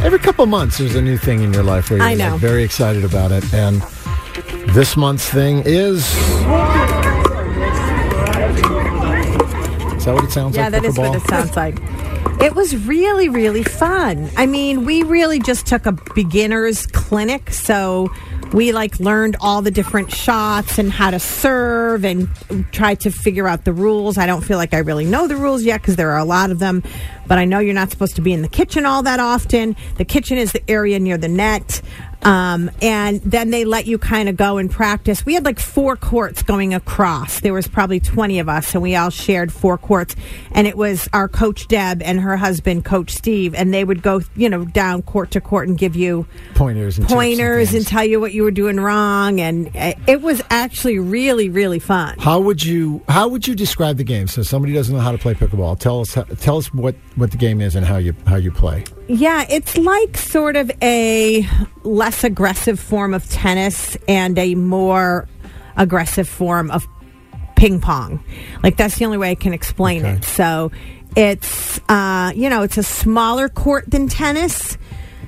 Every couple months, there's a new thing in your life where you're I know. like, very excited about it. And this month's thing is. Is that what it sounds Yeah, like? that is what it pickleball? sounds like. It was really, really fun. I mean, we really just took a beginner's clinic. So we like learned all the different shots and how to serve and tried to figure out the rules. I don't feel like I really know the rules yet because there are a lot of them. But I know you're not supposed to be in the kitchen all that often. The kitchen is the area near the net. Um, and then they let you kind of go and practice. We had like four courts going across. There was probably 20 of us, and we all shared four courts. And it was our coach Deb and her husband, Coach Steve, and they would go, you know, down court to court and give you Pointers and tips and pointers things. and tell you what you were doing wrong. And uh, it was actually really, really fun. How would you How would you describe the game? So somebody doesn't know how to play pickleball. Tell us how- Tell us what what the game is and how you how you play. Yeah, it's like sort of a less aggressive form of tennis and a more aggressive form of ping pong. Like that's the only way I can explain Okay. it. So it's uh, you know, it's a smaller court than tennis.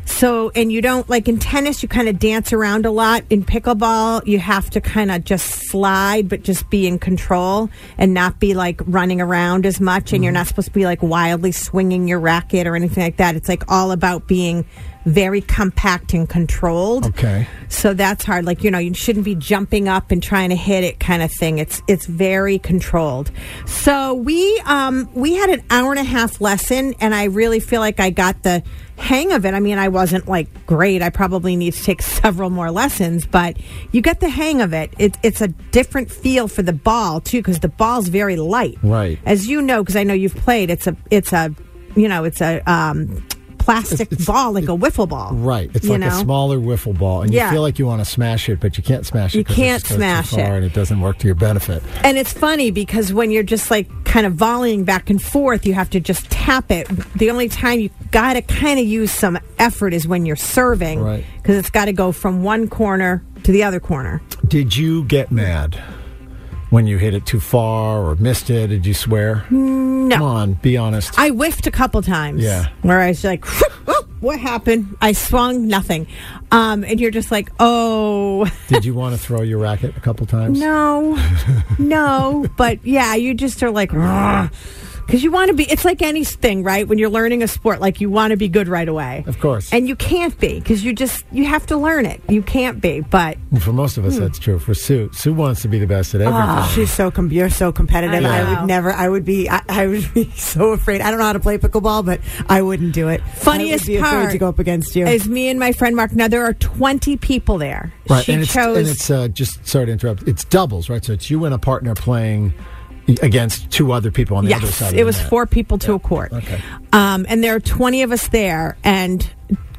So and you don't like in tennis you kind of dance around a lot. In pickleball, you have to kind of just slide but just be in control and not be like running around as much and you're not supposed to be like wildly swinging your racket or anything like that. It's like all about being very compact and controlled. Okay. So that's hard. Like you know, you shouldn't be jumping up and trying to hit it, kind of thing. It's it's very controlled. So we um, we had an hour and a half lesson, and I really feel like I got the hang of it. I mean, I wasn't like great. I probably need to take several more lessons, but you get the hang of it. it it's a different feel for the ball too, because the ball's very light. Right. As you know, because I know you've played. It's a it's a you know it's a um, plastic it's- ball like a wiffle ball. Right. It's you like know? a smaller wiffle ball, and Yeah. you feel like you want to smash it, but you can't smash it. You 'cause it can't just goes too smash it. far and it doesn't work to your benefit. And it's funny because when you're just like kind of volleying back and forth, you have to just tap it. The only time you got to kind of use some effort is when you're serving, Right. Because it's got to go from one corner to the other corner. Did you get mad when you hit it too far or missed it? Did you swear? No. Come on, be honest. Mm, I whiffed a couple times. Yeah. Where I was like, "Whoop, what happened? I swung nothing. Um, and you're just like, oh. Did you want to throw your racket a couple times? No, no, but yeah, you just are like, because you want to be. It's like anything, right? When you're learning a sport, like you want to be good right away, Of course. and you can't be because you just you have to learn it. You can't be, but For most Hmm. of us, that's true. For Sue, Sue wants to be the best at Ah, everything. Oh, She's so com- you're so competitive. Uh-huh. I I, know. would never. I would be. I, I would be so afraid. I don't know how to play pickleball, but I wouldn't do it. Funniest I would be part afraid to go up against you. is me and my friend Mark. Now there are twenty people there. Right, she and it's, chose. and it's uh, just sorry to interrupt. It's doubles, right? So it's you and a partner playing against two other people on the other yes, side. of it the was net. four people to a court. Okay. Um, and there are 20 of us there, and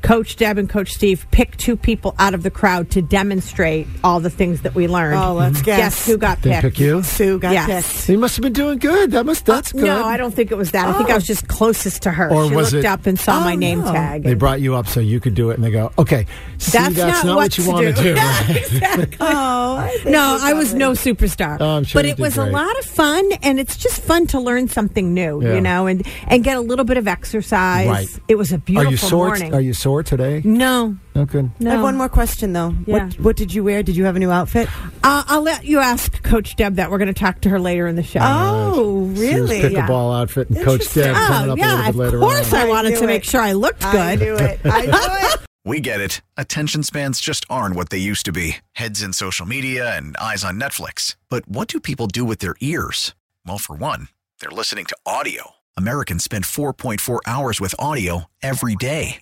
Coach Deb and Coach Steve picked two people out of the crowd to demonstrate all the things that we learned. Mhm. Oh, let's guess. who got They picked? pick you. Oh, Sue got Yes. yes. You must have been doing good. That must. That's good. Oh. No, I don't think it was that. I think I was just closest to her. Or she was looked it- up and saw Oh, my name no. tag. They brought you up so you could do it, and they go, "Okay, see, that's, that's not, what you want to do." Yeah, exactly. no, I was no superstar. Oh, I'm sure but you it did was a great. lot of fun, and it's just fun to learn something new, Yeah. you know, and, and get a little bit of exercise. Right. It was a beautiful Are you sore? morning. Are you sore today? no, No good. no. I have one more question though. Yeah. What What did you wear? Did you have a new outfit? Uh, I'll let you ask Coach Deb that. We're going to talk to her later in the show. Oh, Sue's really? pickleball outfit and Coach Interesting. Deb coming Oh, up a yeah, little of bit later course on. I I wanted knew to it. make sure I looked good. I do it. I do it. We get it. Attention spans just aren't what they used to be heads in social media and eyes on Netflix. But what do people do with their ears? Well, for one, they're listening to audio. Americans spend 4.4 hours with audio every day.